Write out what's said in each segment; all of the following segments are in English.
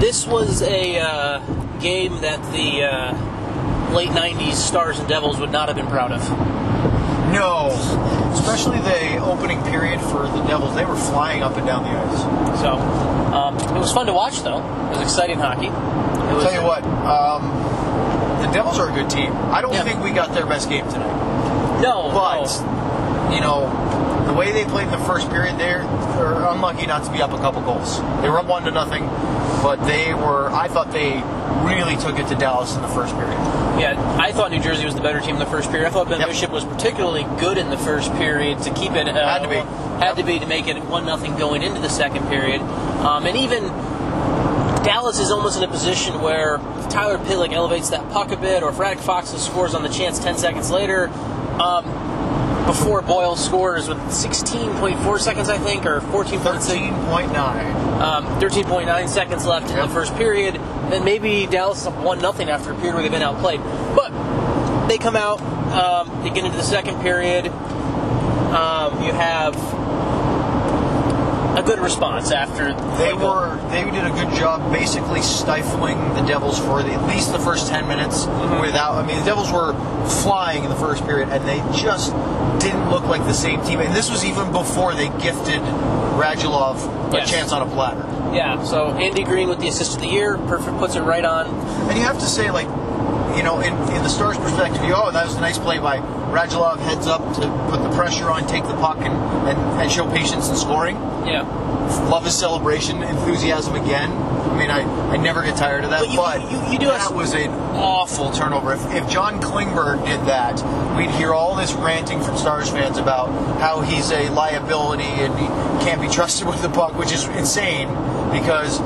This was a uh, game that the uh, late '90s Stars and Devils would not have been proud of. No, especially the opening period for the Devils. They were flying up and down the ice. So um, it was fun to watch, though. It was exciting hockey. It I'll was, tell you what, um, the Devils are a good team. I don't Yeah. think we got their best game tonight, No, but no. you know, the way they played in the first period, they're, they're unlucky not to be up a couple goals. They were up one to nothing, but they were. I thought they really took it to Dallas in the first period. Yeah, I thought New Jersey was the better team in the first period. I thought Ben Yep. Bishop was particularly good in the first period to keep it. Uh, Had to be. Had to be to make it one nothing going into the second period, um, and even Dallas is almost in a position where if Tyler Pitlick elevates that puck a bit, or if Radic Fox scores on the chance ten seconds later. Um, before Boyle scores with 16.4 seconds, I think, or 14.6 Thirteen point nine. um, 13.9 seconds left in Yep. the first period. Then maybe Dallas is up 1 nothing after a period where they've been outplayed. But they come out, um, they get into the second period. Um, you have a good response after They were. They did a good job, basically stifling the Devils for the, at least the first ten minutes. Without, I mean, the Devils were flying in the first period, and they just didn't look like the same team. And this was even before they gifted Radulov Yes. a chance on a platter. Yeah, so Andy Green with the assist of the year, perfect puts it right on. And you have to say, like, you know, in, in the Stars' perspective, you oh, that was a nice play by Radulov, heads up to put the pressure on, take the puck, and, and, and show patience in scoring. Yeah. Love his celebration, enthusiasm again. I mean, I, I never get tired of that. But But, you- you- you do that have- was an awful turnover. If, if John Klingberg did that, we'd hear all this ranting from Stars fans about how he's a liability and he can't be trusted with the puck, which is insane because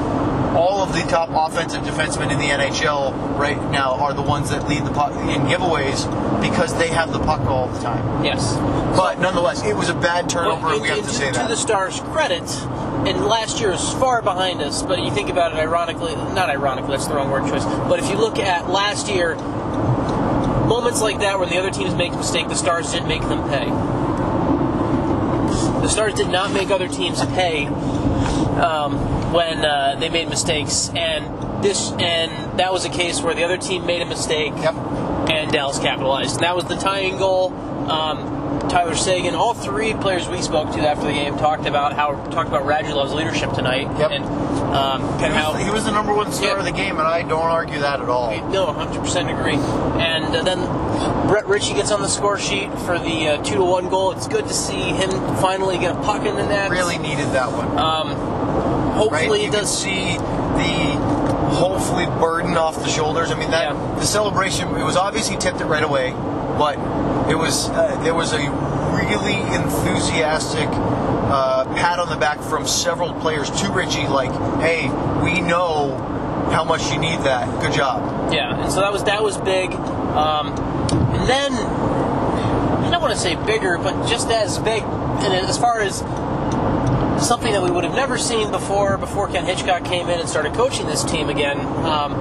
all of the top offensive defensemen in the NHL right now are the ones that lead the puck in giveaways because they have the puck all the time. Yes. But nonetheless, it was a bad turnover. Well, we and- have and to say to that. the Stars' credit, and last year is far behind us, but you think about it ironically, not ironically, that's the wrong word choice, but if you look at last year, moments like that when the other teams make a mistake, the Stars didn't make them pay. The Stars did not make other teams pay um, when uh, they made mistakes, and this and that was a case where the other team made a mistake, Yep. and Dallas capitalized. And that was the tying goal. Um, Tyler Sagan, all three players we spoke to after the game talked about how talked about Radulov's leadership tonight Yep. and um, He and was, he how. was the number one star Yeah. of the game, and I don't argue that at all. No, 100% agree. And uh, then Brett Ritchie gets on the score sheet for the uh, two to one goal. It's good to see him finally get a puck in the net. Really needed that one. right? Uh, Hopefully, You it can does see the hopefully burden off the shoulders. I mean that Yeah. the celebration. It was obvious he tipped it right away, but it was uh, there was a really enthusiastic uh, pat on the back from several players to Richie, like, "Hey, we know how much you need that. Good job." Yeah, and so that was that was big. Um, and then I don't want to say bigger, but just as big, and as far as something that we would have never seen before, before Ken Hitchcock came in and started coaching this team again. Um,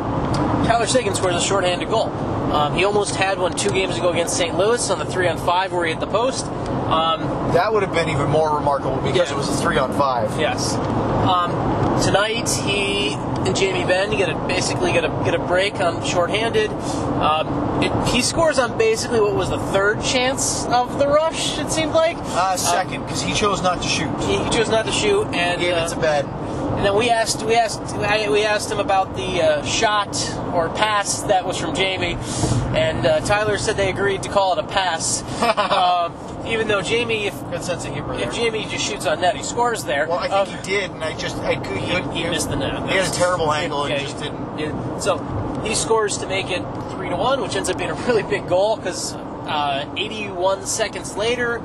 Tyler Sagan scores a shorthanded goal. Um, he almost had one two games ago against St. Louis on the three on five where he hit the post. Um, That would have been even more remarkable because Yeah. it was a three on five. Yes. Um, tonight, he and Jamie Ben get a, basically get a get a break on shorthanded. Um, it, he scores on basically what was the third chance of the rush. It seemed like Uh, second, because he chose not to shoot. he he chose not to shoot, and Gave uh, it to Ben. and then we asked we asked I, we asked him about the uh, shot or pass that was from Jamie, and uh, Tyler said they agreed to call it a pass, um, even though Jamie if Good sense of humor there. if Jamie just shoots on net, he scores there. well, I think Um, he did, and I just I could, he, he missed the net. He had a terrible Yeah, angle and yeah, just he- didn't. yeah. So he scores to make it three to one, which ends up being a really big goal because uh, 81 seconds later,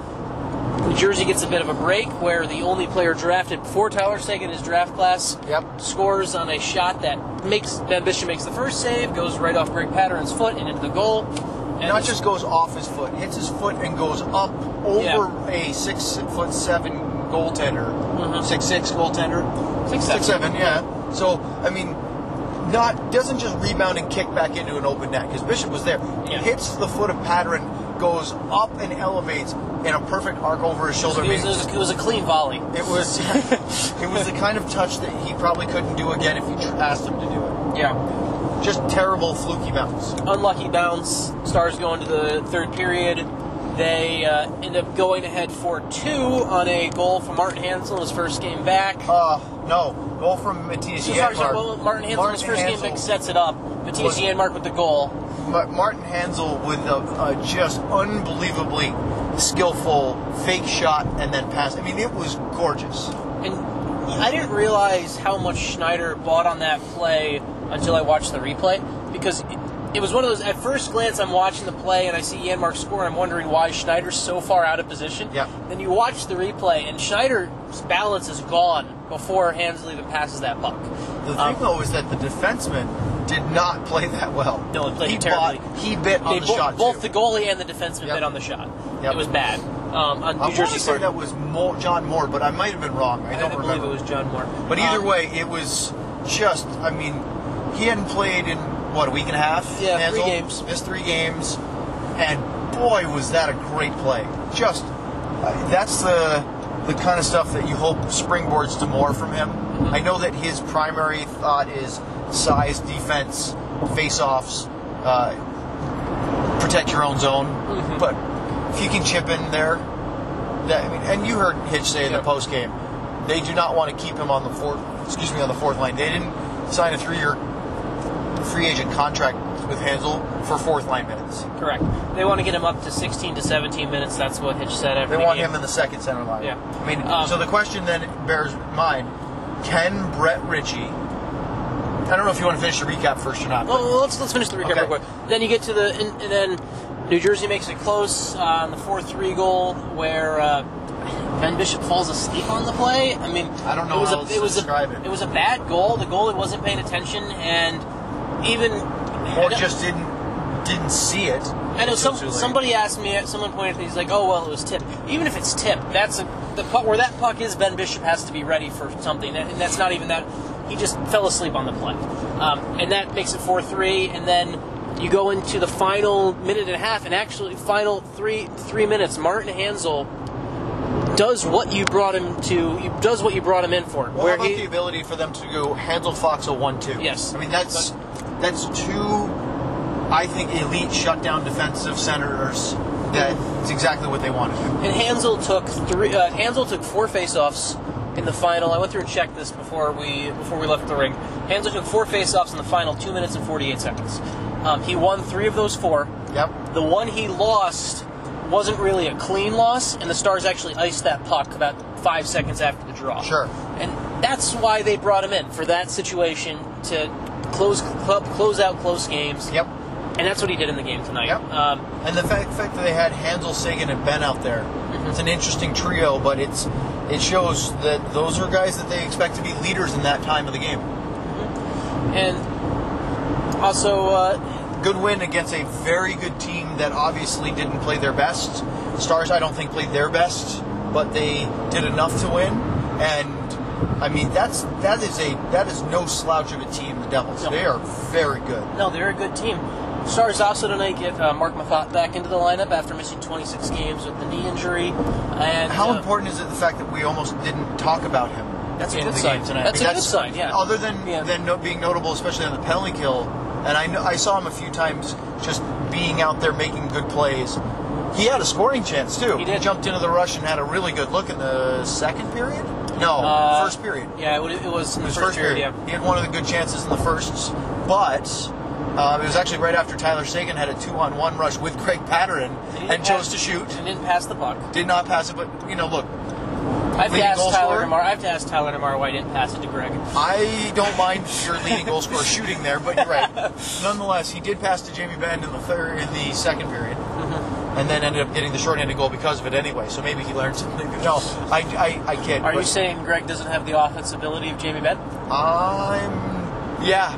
New Jersey gets a bit of a break where the only player drafted before Tyler Sagan in his draft class Yep. scores on a shot that makes Ben Bishop makes the first save, goes right off Greg Patterson's foot and into the goal. And Not just goes off his foot, hits his foot and goes up over a six foot seven goaltender, six six goaltender, Mm-hmm. Six, six seven. seven, yeah. So I mean, not doesn't just rebound and kick back into an open net because Bishop was there. Yeah. Hits the foot of Patterin, goes up and elevates in a perfect arc over his shoulder. It was, it was- it was a clean volley. It was it was the kind of touch that he probably couldn't do again if you tr- asked him to do it. Yeah. Just terrible fluky bounce. Unlucky bounce. Stars go into the third period. They uh, end up going ahead for two on a goal from Martin Hansel, his first game back. Uh, no goal from Matthias So sorry, sorry, Janmark. well, Martin Hansel, his first game back Hansel- sets it up. Matthias Was- Janmark with the goal. Ma- Martin Hansel with a, a just unbelievably skillful fake shot and then pass. I mean, it was gorgeous. And I didn't realize how much Schneider bought on that play until I watched the replay because it, it was one of those. At first glance, I'm watching the play and I see Yanmark score, and I'm wondering why Schneider's so far out of position. Yeah. Then you watch the replay, and Schneider's balance is gone before Hansel even passes that puck. The thing Um, though is that the defenseman did not play that well. No, he played he terribly. Bought, he bit on they the bo- shot both the too. goalie and the defenseman Yep. bid on the shot. Yep. It was bad. Um, on New I want Jersey to say Court. that was Mo- John Moore, but I might have been wrong. I I, don't believe remember. it was John Moore. But either Um, way, it was just. I mean, he hadn't played in what a week and a half. Yeah, three Hansel? games. Missed three games, and boy, was that a great play! Just uh, that's the the kind of stuff that you hope springboards to more from him. I know that his primary thought is size, defense, face-offs, uh, protect your own zone. But if you can chip in there, that, I mean, and you heard Hitch say in Yeah. the post game, they do not want to keep him on the fourth. Excuse me, on the fourth line. They didn't sign a three-year free agent contract with Hansel for fourth line minutes. Correct. They want to get him up to 16 to 17 minutes. That's what Hitch said after They the want game. him in the second center line. Yeah. I mean, Um, so the question then bears in mind: Can Brett Ritchie? I don't know if you want to finish the recap first or not. but- Well, well, let's let's finish the recap Okay. real quick. Then you get to the and, and then New Jersey makes it close on the four three goal where uh, Ben Bishop falls asleep on the play. I mean, I don't know It was how a, else it to was describe a, it. It was a bad goal. The goalie wasn't paying attention, and even or just didn't didn't see it. I know some, until too late. somebody asked me, someone pointed, he's like, oh, well, it was tipped. Even if it's tipped, that's a, the puck, where that puck is, Ben Bishop has to be ready for something. And that's not even that. He just fell asleep on the play. Um, and that makes it 4 3. And then you go into the final minute and a half, and actually, final three three minutes, Martin Hansel does what you brought him to, he does what you brought him in for. Well, how about the ability for them to go handle Foxel one two? Yes. I mean that's that's two, I think, elite shutdown defensive centers. That's exactly what they want to do. And Hansel took three. Uh, Hansel took four faceoffs in the final. I went through and checked this before we before we left the ring. Hansel took four faceoffs in the final two minutes and forty eight seconds. Um, he won three of those four. Yep. The one he lost wasn't really a clean loss, and the Stars actually iced that puck about five seconds after the draw. Sure. And that's why they brought him in for that situation to close club close out close games. Yep. And that's what he did in the game tonight. Yep. Um, And the fact, fact that they had Hansel, Sagan, and Ben out there, it's an interesting trio. But it's it shows that those are guys that they expect to be leaders in that time of the game. and also. Uh, Good win against a very good team that obviously didn't play their best. Stars, I don't think, played their best, but they did enough to win. And I mean, that's that is a that is no slouch of a team. The Devils, No. they are very good. No, they're a good team. Stars also tonight get uh, Mark Mathot back into the lineup after missing 26 games with the knee injury. And How uh, important is it the fact that we almost didn't talk about him? That's a in good the sign. game tonight. That's I mean, a good sign, yeah. Other than Yeah. than no, being notable, especially on the penalty kill, and I know, I saw him a few times just being out there making good plays. He had a scoring chance too. He did. jumped into the rush and had a really good look in the second period. No, uh, first period. Yeah, it, wa- it was in the His first, period. He had one of the good chances in the firsts, but uh, it was actually right after Tyler Sagan had a two-on-one rush with Craig Patterson He and, didn't chose pass- to shoot. And didn't pass the puck. Did not pass it, but you know, look, I have to Leading ask goal Tyler scorer? tomorrow. I have to ask Tyler tomorrow why he didn't pass it to Greg. I don't mind your leading goal scorer shooting there, but you're right. Nonetheless, he did pass to Jamie Benn in the third, in the second period, Mm-hmm. and then ended up getting the shorthanded goal because of it anyway. So maybe he learned something. No, I, I, I kid. Are you but saying Greg doesn't have the offensive ability of Jamie Benn? I'm. Yeah.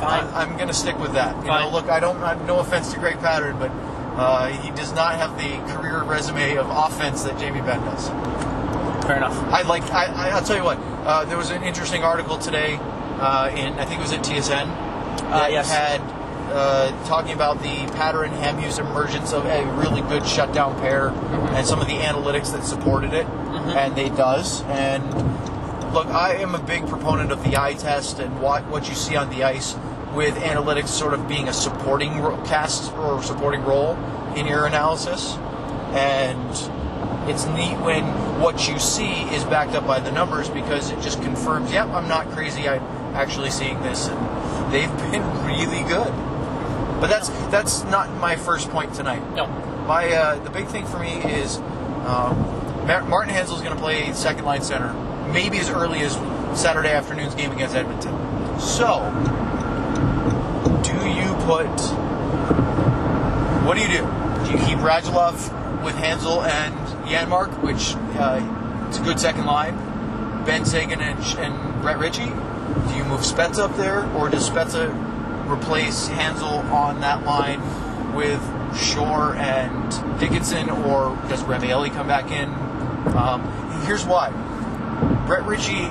Fine. I, am gonna stick with that. You Fine. know, look, I don't. I'm no offense to Greg Pattern, but uh, he does not have the career resume of offense that Jamie Benn does. Fair enough. I like. I, I, I'll tell you what. Uh, there was an interesting article today, uh, in I think it was at TSN. Uh, that yes. Had uh, talking about the pattern Hamu's emergence of a really good shutdown pair and some of the analytics that supported it, and they does. And look, I am a big proponent of the eye test and what what you see on the ice with analytics sort of being a supporting ro- cast or supporting role in your analysis, and it's neat when what you see is backed up by the numbers because it just confirms, yep, I'm not crazy. I'm actually seeing this, and they've been really good. But that's that's not my first point tonight. No. My uh, the big thing for me is um, Ma- Martin Hansel is going to play second line center, maybe as early as Saturday afternoon's game against Edmonton. So, do you put? What do you do? Do you keep Radulov with Hansel and Yanmark, which uh, it's a good second line? Ben Sagan and, and Brett Ritchie. Do you move Spezza up there, or does Spezza replace Hansel on that line with Shore and Dickinson, or does Ravielli come back in? Um, here's why: Brett Ritchie,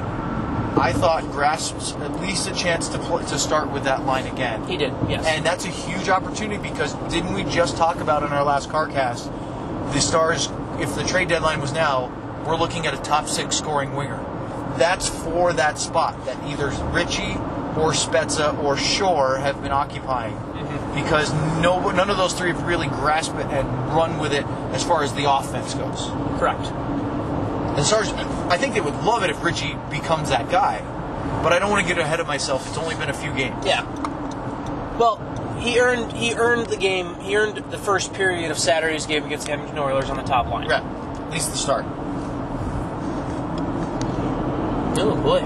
I thought, grasps at least a chance to pl- to start with that line again. He did, yes. And that's a huge opportunity because didn't we just talk about in our last car cast the Stars, if the trade deadline was now, we're looking at a top six scoring winger. That's for that spot that either Ritchie or Spezza or Shore have been occupying because no, none of those three have really grasped it and run with it as far as the offense goes. Correct. And Sarge, I think they would love it if Ritchie becomes that guy, but I don't want to get ahead of myself. It's only been a few games. Yeah. Well, he earned he earned the game. He earned the first period of Saturday's game against the Edmonton Oilers on the top line. Yeah, at least the start. Oh boy.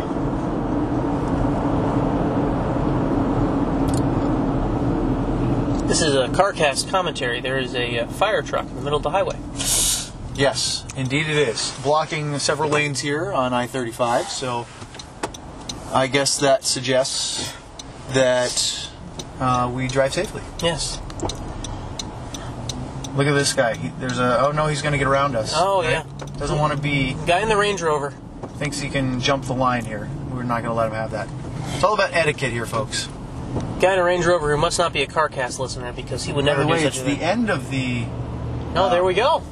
This is a CarCast commentary. There is a uh, fire truck in the middle of the highway. Yes, indeed it is. Blocking several lanes here on I 35, so I guess that suggests that uh, we drive safely. Yes. Look at this guy. He, there's a. Oh no, he's going to get around us. Oh, Right? yeah. Doesn't want to be. Guy in the Range Rover. Thinks he can jump the line here. We're not going to let him have that. It's all about etiquette here, folks. Guy in a Range Rover who must not be a CarCast listener because he would By never the way, do such it's a the thing. end of the oh, there we go.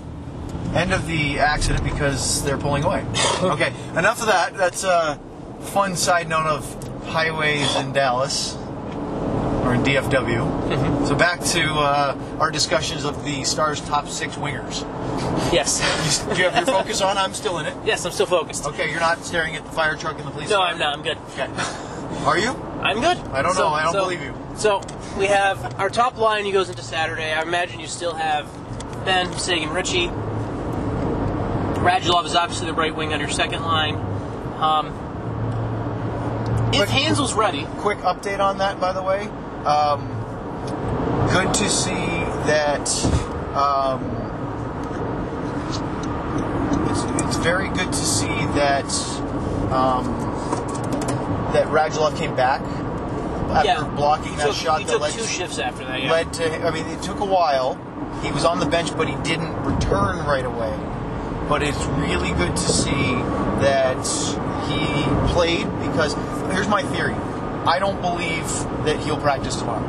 end of the accident because they're pulling away. okay, enough of that. That's a fun side note of highways in Dallas or in DFW. Mm-hmm. So back to uh, our discussions of the Stars' top six wingers. Yes. Do you have your focus on? I'm still in it. Yes, I'm still focused. Okay, you're not staring at the fire truck and the police. No, car. I'm not. I'm good. Okay. Are you? I'm good. I don't know. I don't believe you. So we have our top line. He goes into Saturday. I imagine you still have Ben Sagan, Ritchie. Radulov is obviously the right wing on your second line. Um, if But- Hansel's ready, quick update on that, by the way. Um, good to see that. Um, it's, it's very good to see that um, that Radulov came back after yeah, blocking he that took, shot he that took led, two shifts after that. Yeah. led to. I mean, it took a while. He was on the bench, but he didn't return right away. But it's really good to see that he played because here's my theory. I don't believe that he'll practice tomorrow.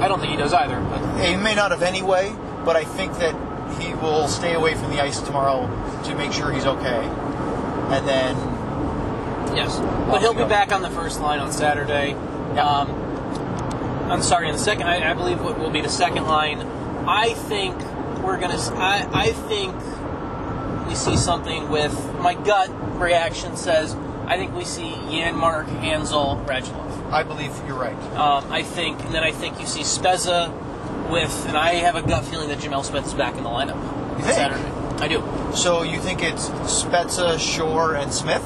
I don't think he does either. But He may not have anyway, but I think that he will stay away from the ice tomorrow to make sure he's okay. And then, yes, but he'll be yeah. back on the first line on Saturday. Oh, Yeah. Um, I'm sorry, on the second, I, I believe what will be the second line. I think we're gonna. s- I, I think we see something with my gut reaction says I think we see Yanmark, Hansel, Radulov. I believe you're right. Um, I think, and then I think you see Spezza with, and I have a gut feeling that Jamel Smith is back in the lineup on You think? Saturday. I do. So you think it's Spezza, Shore, and Smith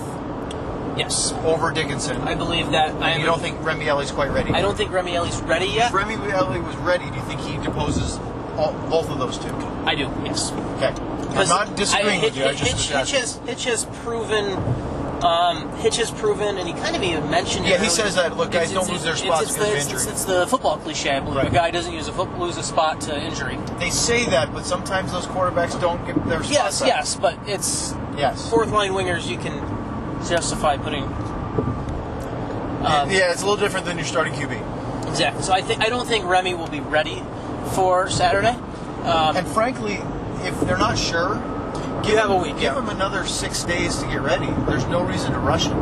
Yes, over Dickinson? I believe that. I and am- you don't think Remielli's quite ready? I don't think Remielli's ready yet. If Remielli was ready, do you think he deposes all, both of those two? I do. Yes. Okay. I'm not disagreeing with you. I just Hitch, was Hitch asking. has Hitch has proven. Um, Hitch has proven, and he kind of even mentioned it. Yeah, he earlier. says that, look, guys It's- don't it's- lose their it's- spots it's because of the- it's- injury. It's the football cliche, I believe. Right. A guy doesn't use a foot, lose a spot to injury. They say that, but sometimes those quarterbacks don't get their spots Yes, back. yes, but it's Yes. fourth line wingers. You can justify putting. Um, Uh, yeah, it's a little different than your starting QB. Exactly. So I think I don't think Remy will be ready for Saturday. Um, And frankly, if they're not sure, you have a week. give Yeah. them another six days to get ready. There's no reason to rush it.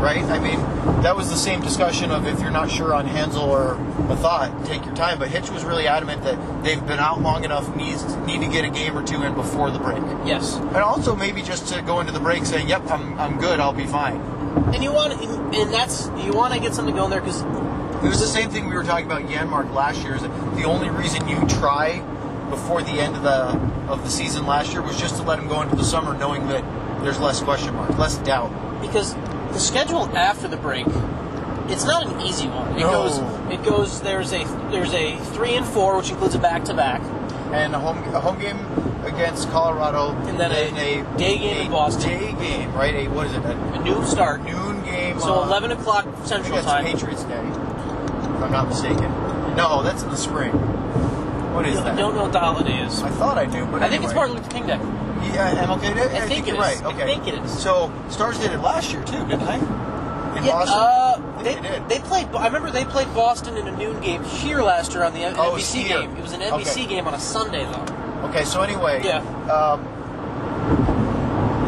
Right? I mean, that was the same discussion of if you're not sure on Hansel or Mathot, take your time. But Hitch was really adamant that they've been out long enough, needs need to get a game or two in before the break. Yes. And also maybe just to go into the break saying, "Yep, I'm, I'm good. I'll be fine." And you want and that's you want to get something going there because It was the same thing we were talking about Yanmark last year. Is that the only reason you try before the end of the of the season last year was just to let him go into the summer, knowing that there's less question mark, less doubt. because the schedule after the break, it's not an easy one. It No. goes it goes there's a there's a three and four which includes a back to back. And a home a home game against Colorado, And then a day game in a Boston. day game, right? A what is it? A A new start. noon game. So on- 11 o'clock I Central think that's Time. Patriots Day, if I'm not mistaken. No, that's in the spring. What is I that? don't know what the holiday is. I thought I do, but I think it's anyway. Martin Luther King Day. Yeah, MLK Day. I, think it you're is. right. Okay. I think it is. So Stars did it last year too, didn't they? In yeah, Boston. uh, they, They did. they played. I remember they played Boston in a noon game here last year on the Oh, it was NBC here. game. It was an NBC Okay. game on a Sunday though. okay. So anyway. Yeah. Um,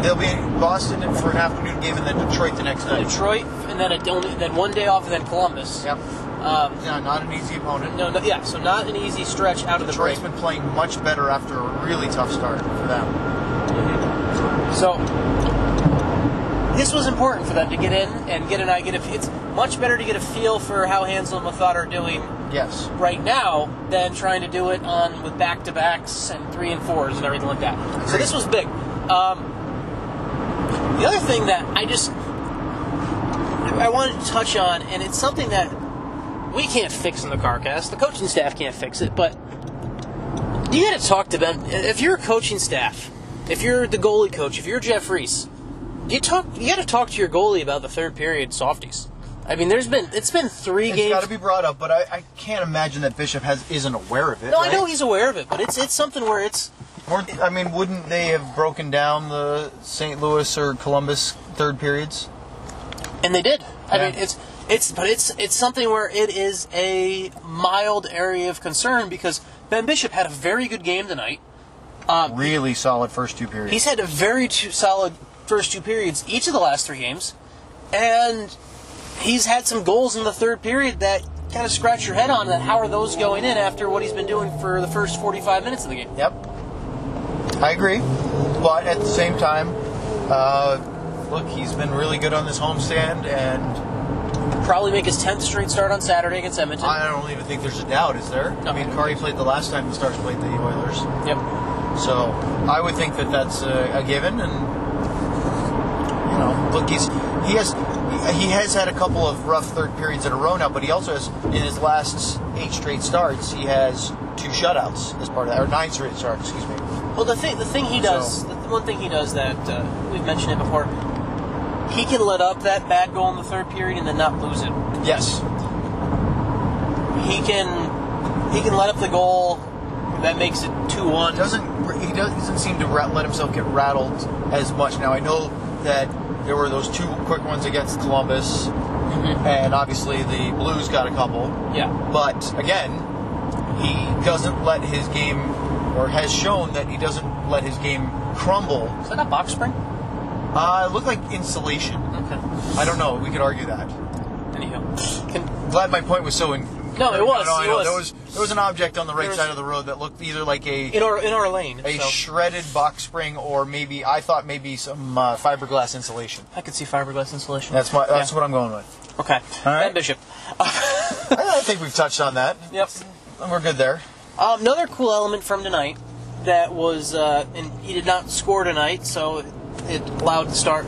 they'll be in Boston for an afternoon game, and then Detroit the next night. Detroit, and then a, only, then one day off, and then Columbus. Yep. Um, Yeah, not an easy opponent. no, no, yeah. So not an easy stretch out of the break. Detroit's been playing much better after a really tough start for them. So this was important for them to get in and get an I get a. It's much better to get a feel for how Hansel and Mathot are doing Yes. right now than trying to do it on with back to backs and three and fours and everything like that. So this was big. Um, the other thing that I just I wanted to touch on, and it's something that we can't fix in the CarCast. The coaching staff can't fix it, but you got to talk to them. If you're a coaching staff, if you're the goalie coach, if you're Jeff Reese, you talk. You got to talk to your goalie about the third period softies. I mean, there's been it's been three It's games. got to be brought up, but I, I can't imagine that Bishop has isn't aware of it. No, right? I know he's aware of it, but it's it's something where it's Weren't, I mean, wouldn't they have broken down the St. Louis or Columbus third periods? and they did. I Yeah. mean, it's it's but it's it's something where it is a mild area of concern because Ben Bishop had a very good game tonight. Really solid first two periods. He's had a very two, solid first two periods each of the last three games, and he's had some goals in the third period that kind of scratch your head on that. How are those going in after what he's been doing for the first forty five minutes of the game? Yep. I agree. But at the same time, uh, look, he's been really good on this homestand, and Probably make his tenth straight start on Saturday against Edmonton. I don't even think there's a doubt, is there? No. I mean, Kari played the last time the Stars played the Oilers. yep. So I would think that that's a, a given, and you know, look, he's he has he has had a couple of rough third periods in a row now, but he also has in his last eight straight starts, he has two shutouts as part of that, or nine straight starts, excuse me. Well, the thing the thing he does, So- the one thing he does that uh, we've mentioned it before, he can let up that bad goal in the third period and then not lose it. Yes, He can he can let up the goal that makes it two one. doesn't he doesn't seem to ra- let himself get rattled as much. Now I know that there were those two quick ones against Columbus, and obviously the Blues got a couple. Yeah, But again, he doesn't let his game, or has shown that he doesn't let his game crumble. is that a box spring? Uh, it looked like insulation. Okay. I don't know. We could argue that. Anyhow, can, Glad my point was so. In- No, it was, No, I it know. was. There was there was an object on the right There was- side of the road that looked either like a in our in our lane, a so shredded box spring or maybe I thought maybe some uh, fiberglass insulation. I could see fiberglass insulation. That's my that's Yeah. what I'm going with. Okay. All right. Ben Bishop. I, I think we've touched on that. Yep. We're good there. Um, another cool element from tonight that was, uh, and he did not score tonight, so it allowed the start.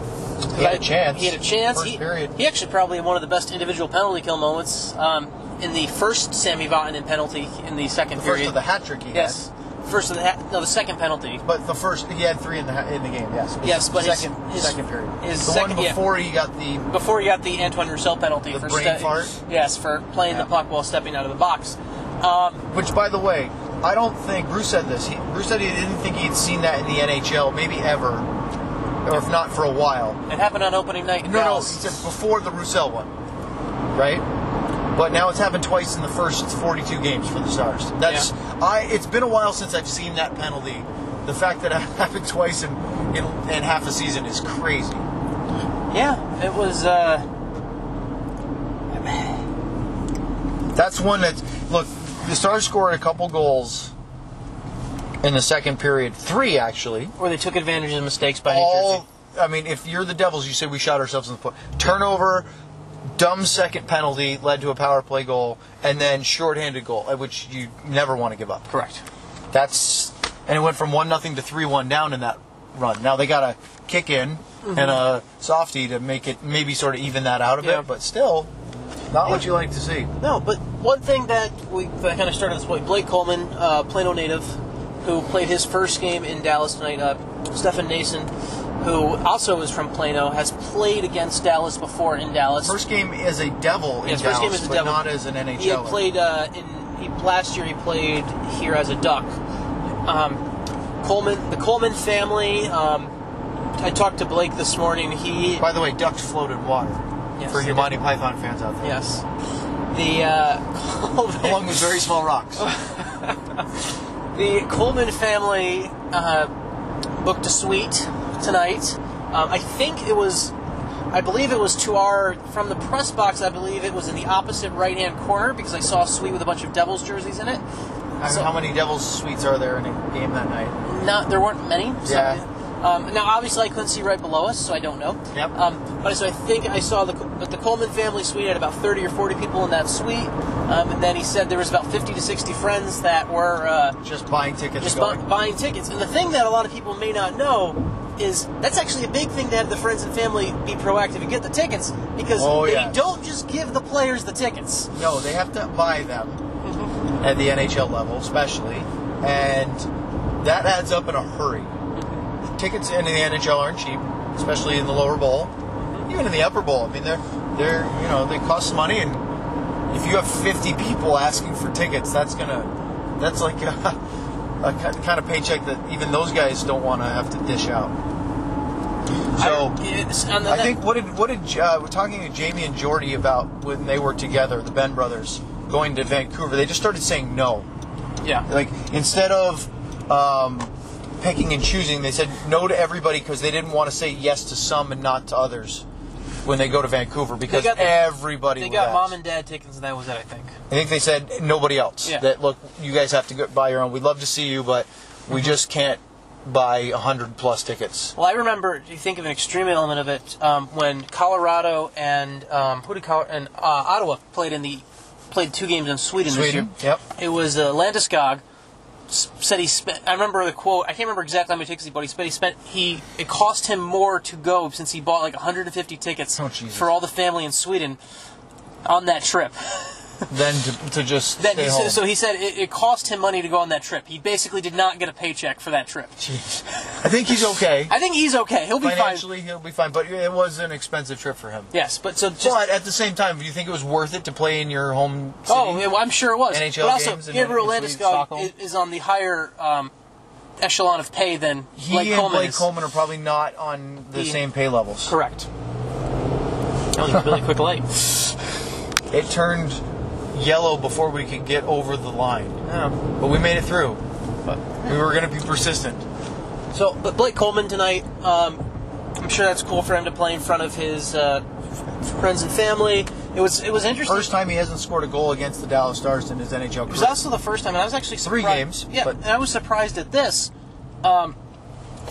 He had a chance. He had a chance. First he, period. he actually probably had one of the best individual penalty kill moments um, in the first Sammy Vatanen penalty in the second The first period. of the hat trick he had. yes, first of the ha- no the second penalty. But the first, he had three in the in the game. Yes. Yes, but his- second his- second period. his the second- one yeah. before he got the Before he got the Antoine Roussel penalty The for brain fart? yes for playing the Yeah. puck while stepping out of the box. Um, which, by the way, I don't think Bruce said this. He, Bruce said he didn't think he'd seen that in the NHL, maybe ever, or if not for a while. it happened on opening night. in No, no, he Dallas. said before the Roussel one, right? But now it's happened twice in the first 42 games for the Stars. That's I. It's been a while since I've seen that penalty. The fact that it happened twice in, in in half a season is crazy. Yeah, it was. Uh, That's one that look. The Stars scored a couple goals in the second period, three actually. where they took advantage of mistakes by New all. Jersey. I mean, if you're the Devils, you say we shot ourselves in the foot. Turnover, dumb second penalty led to a power play goal, and then shorthanded goal, at which you never want to give up. Correct. That's and it went from one nothing to three one down in that run. Now they got a kick in Mm-hmm. and a softie to make it maybe sort of even that out a bit, Yeah. but still not what you like to see. No, but one thing that we that kind of started this point, Blake Coleman, uh, Plano native, who played his first game in Dallas tonight. Uh, Stefan Nason, who also is from Plano, has played against Dallas before in Dallas. First game is a devil in His Dallas, first game as a but Devil. not as an NHL. He had played uh, in he, last year. He played here as a Duck. Um, Coleman, the Coleman family. Um, I talked to Blake this morning. He By the way, ducks float in water. Yes, for they your Monty Python fans out there. yes, the uh, Coleman, Along with very small rocks. the Coleman family uh, booked a suite tonight. Um, I think it was, I believe it was to our from the press box. I believe it was in the opposite right hand corner because I saw a suite with a bunch of Devils jerseys in it. I mean, So- how many Devils suites are there in a game that night? not there weren't many. So, Yeah. Um, now, obviously, I couldn't see right below us, so I don't know. Yep. Um, but so I think I saw the but the Coleman family suite had about thirty or forty people in that suite, um, and then he said there was about fifty to sixty friends that were uh, Just buying tickets just and going. bu- buying tickets. And the thing that a lot of people may not know is that's actually a big thing to have the friends and family be proactive and get the tickets because Oh, they yes. don't just give the players the tickets. No, they have to buy them at the NHL level, especially, and that adds up in a hurry. Tickets in the NHL aren't cheap, especially in the lower bowl, even in the upper bowl. I mean, they're they're you know they cost money, and if you have 50 people asking for tickets, that's gonna that's like a, a ki- kind of paycheck that even those guys don't want to have to dish out. So. I, it's- on the- I think what did what did uh, we're talking to Jamie and Jordy about when they were together, the Ben brothers, going to Vancouver. They just started saying no. yeah. Like instead of um, picking and choosing, they said no to everybody because they didn't want to say yes to some and not to others when they go to Vancouver because got the- everybody. They would got ask. mom and dad tickets, and that was it. I think. I think they said nobody else. Yeah. That look, you guys have to go buy your own. We'd love to see you, but Mm-hmm. we just can't buy hundred plus tickets. Well, I remember. You think of an extreme element of it um, when Colorado and um, who did Colo- and uh, Ottawa played in the played two games in Sweden, Sweden. this year. Yep. It was uh, Landeskog s- said he spent. I remember the quote. I can't remember exactly how many tickets he bought. He spent. He spent. He it cost him more to go since he bought like 150 tickets Oh, Jesus. for all the family in Sweden on that trip. Then to, to just That stay he, home. said- so he said it, it cost him money to go on that trip. He basically did not get a paycheck for that trip. Jeez. I think he's okay. I think he's okay. He'll be fine. financially he'll be fine but it was an expensive trip for him Yes, but so just but at the same time do you think it was worth it to play in your home city? Oh, yeah, well, I'm sure it was. NHL but also, games in Gabriel Nordic League, Landeskog Stockholm. is, is on the higher um, echelon of pay than he Blake and Coleman Blake is. Coleman are probably not on the He- same pay levels Correct. That was a really quick light. it turned yellow before we could get over the line Yeah. but we made it through but we were going to be persistent So, but Blake Coleman tonight, um, I'm sure that's cool for him to play in front of his uh, friends and family. It was it was interesting. first time he hasn't scored a goal against the Dallas Stars in his NHL It was career also the first time, and I was actually Three surprised. games, Yeah, but- and I was surprised at this. Um,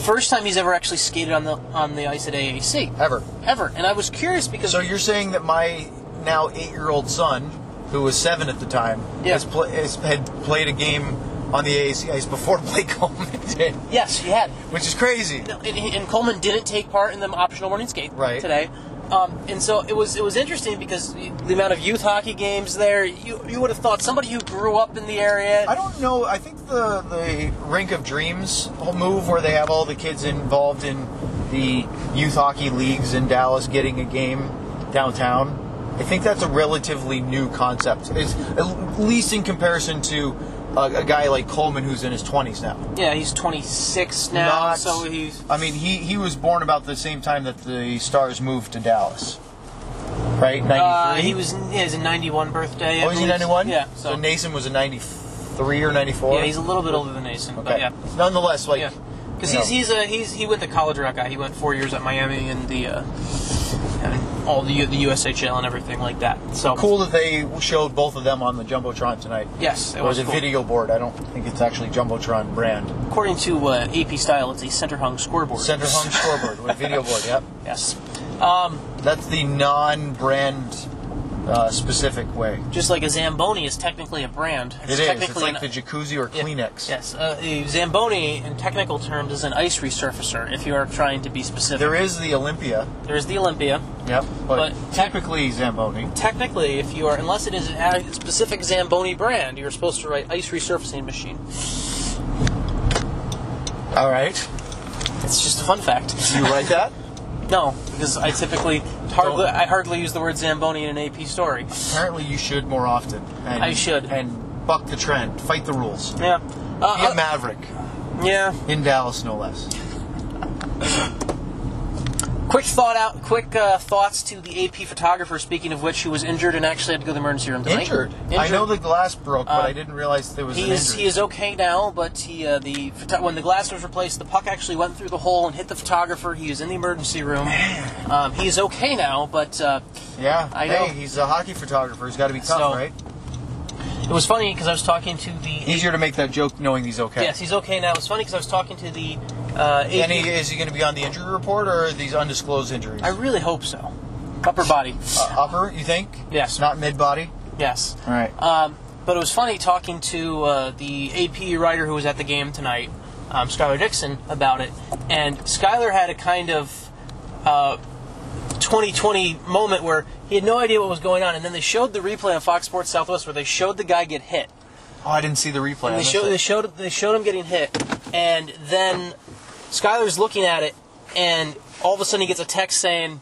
first time he's ever actually skated on the on the ice at AAC ever ever, and I was curious because so you're saying that my now eight-year-old son who was seven at the time Yeah. has, pla has had played a game on the AAC ice before Blake Coleman did yes, he had. which is crazy. No, and, and Coleman didn't take part in the optional morning skate Right. today. Um, and so it was it was interesting because the amount of youth hockey games there, you you would have thought somebody who grew up in the area. I don't know. I think the the Rink of Dreams whole move where they have all the kids involved in the youth hockey leagues in Dallas getting a game downtown. I think that's a relatively new concept. It's at least in comparison to a, a guy like Coleman who's in his 20s now. yeah, he's 26 now, Not- so he's I mean, he he was born about the same time that the Stars moved to Dallas. right? 93? Uh, he was his 91 birthday. I oh, is he believe. 91? Yeah. So, So, Nason was a 93 or 94? yeah, he's a little bit older than Nason, okay. but yeah, Nonetheless, like, yeah. Because you he's know. he's a he's he went the college route guy. He went four years at Miami and the uh, and all the the USHL and everything like that. So cool that they showed both of them on the Jumbotron tonight. Yes, it Or was is it cool. video board? I don't think it's actually Jumbotron brand. According to uh, AP Style, it's a center hung scoreboard. Center hung scoreboard with video board, yep. Yes. That's the non brand uh, specific way. Just like a Zamboni is technically a brand. It is. It's Technically like the an- jacuzzi or Yeah. Kleenex. Yes, uh, a Zamboni in technical terms is an ice resurfacer. If you are trying to be specific, There is the Olympia. there's the Olympia. Yep. But, But- typically Zamboni. Technically, if you are, unless it is a specific Zamboni brand, you're supposed to write ice resurfacing machine. All right. It's just a fun fact. Do you write that? No, because I typically hardly I hardly use the word Zamboni in an AP story. Apparently, you should more often. And, I should. And buck the trend. Fight the rules. Be Yeah. a Uh, uh, maverick. yeah. In Dallas, no less. Quick thought out. Quick uh, thoughts to the AP photographer. Speaking of which, who was injured and actually had to go to the emergency room tonight. Injured. I know the glass broke, but I didn't realize there was Uh, He an is injury. he is okay now, but he uh, the photo- when the glass was replaced, the puck actually went through the hole and hit the photographer. He is in the emergency room. Um, he is okay now, but uh, yeah. I hey, know. he's a hockey photographer. He's got to be tough, So- right? it was funny because I was talking to the Easier to make that joke knowing he's okay. yes he's okay now. It was funny because I was talking to the uh, And AP he, is he going to be on the injury report or are these undisclosed injuries? I really hope so. Upper body, Uh, upper, you think? Yes. Not mid body? yes. All right. Um, but it was funny talking to uh, the AP writer who was at the game tonight, um, Skylar Dixon, about it. And Skylar had a kind of uh, 2020 moment where he had no idea what was going on. And then they showed the replay on Fox Sports Southwest where they showed the guy get hit. oh, I didn't see the replay. I They missed showed, it. they showed they showed him getting hit, and then Skylar's looking at it, and all of a sudden he gets a text saying,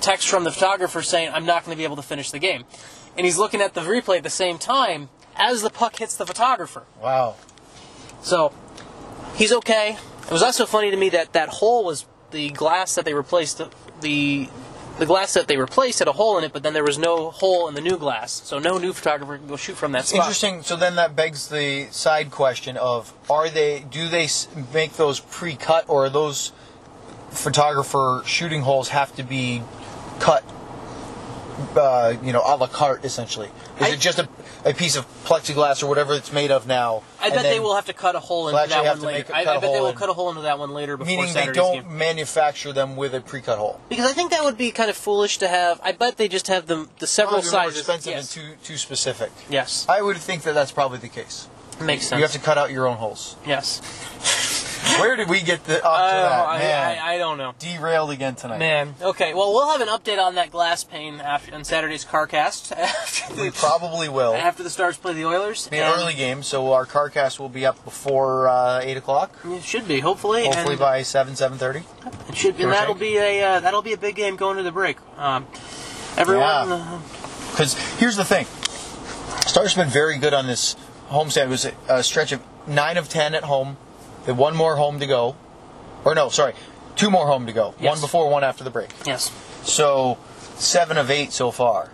text from the photographer saying, "I'm not going to be able to finish the game," and he's looking at the replay at the same time as the puck hits the photographer. Wow. So he's okay. It was also funny to me that that hole was the glass that they replaced the the glass that they replaced had a hole in it, but then there was no hole in the new glass, so no new photographer can go shoot from that spot. Interesting. So then that begs the side question of: Are they? Do they s- make those pre-cut, or are those photographer shooting holes have to be cut? Uh, you know, a la carte, essentially. Is I- it just a, a piece of plexiglass or whatever it's made of now? I and bet they then- will have to cut a hole They'll into that actually have one to later. make a- I, I cut bet a they hole will in- cut a hole into that one later before Meaning they Saturday's don't game. manufacture them with a pre-cut hole. Because I think that would be kind of foolish to have. I bet they just have the the several Those are more sizes. expensive yes, and too too specific. yes, I would think that that's probably the case. makes sense. You have to cut out your own holes. yes. Where did we get the Oh, up to that? I, Man. I, I don't know. derailed again tonight. Man, okay. Well, we'll have an update on that glass pane after on Saturday's CarCast after We the, probably will. It'll after the Stars play the Oilers. be an and- early game, so our car cast will be up before uh, eight o'clock. It should be hopefully. Hopefully and by seven seven thirty. It should be, and Give or that'll take. be a uh, that'll be a big game going to the break. Um, everyone, uh, Yeah. Because here's the thing, Stars have been very good on this homestand. It was a, a stretch of nine of ten at home. They had one more home to go, or no, sorry, two more home to go. Yes. One before, one after the break. yes, So seven of eight so far.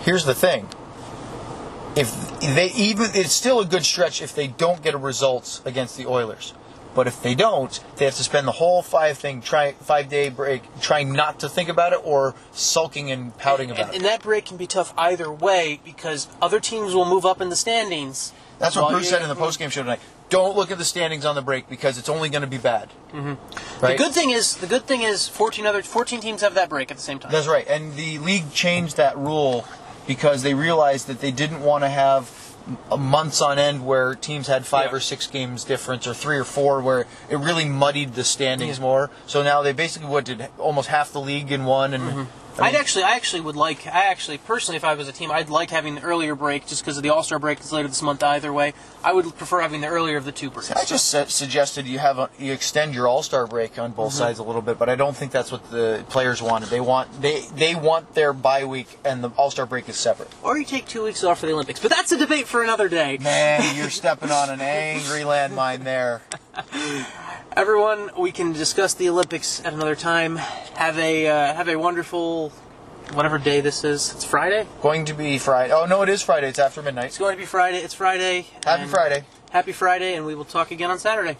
Here's the thing. If they even it's still a good stretch if they don't get a results against the Oilers. But if they don't, they have to spend the whole five thing try five day break trying not to think about it or sulking and pouting about and, it. and that break can be tough either way because other teams will move up in the standings. That's what While Bruce you're- said in the postgame show tonight. Don't look at the standings on the break because it's only going to be bad. Mm-hmm. The Right? good thing is the good thing is fourteen other fourteen teams have that break at the same time. That's right. And the league changed that rule because they realized that they didn't want to have m- months on end where teams had five Yeah. or six games difference or three or four where it really muddied the standings more. So now they basically what did almost half the league in one and I I'd mean, actually, I actually would like, I actually personally, if I was a team, I'd like having the earlier break just because of the All Star break is later this month. Either way, I would prefer having the earlier of the two breaks. I just su- suggested you have a, you extend your All Star break on both sides a little bit, but I don't think that's what the players wanted. They want they they want their bye week and the All Star break is separate. Or you take two weeks off for the Olympics, but that's a debate for another day. Man, you're stepping on an angry landmine there. Everyone, we can discuss the Olympics at another time. Have a uh, have a wonderful whatever day this is. It's Friday. Going to be Friday. Oh no, it is Friday. It's after midnight. It's going to be Friday. It's Friday. Happy and- Friday. Happy Friday, and we will talk again on Saturday.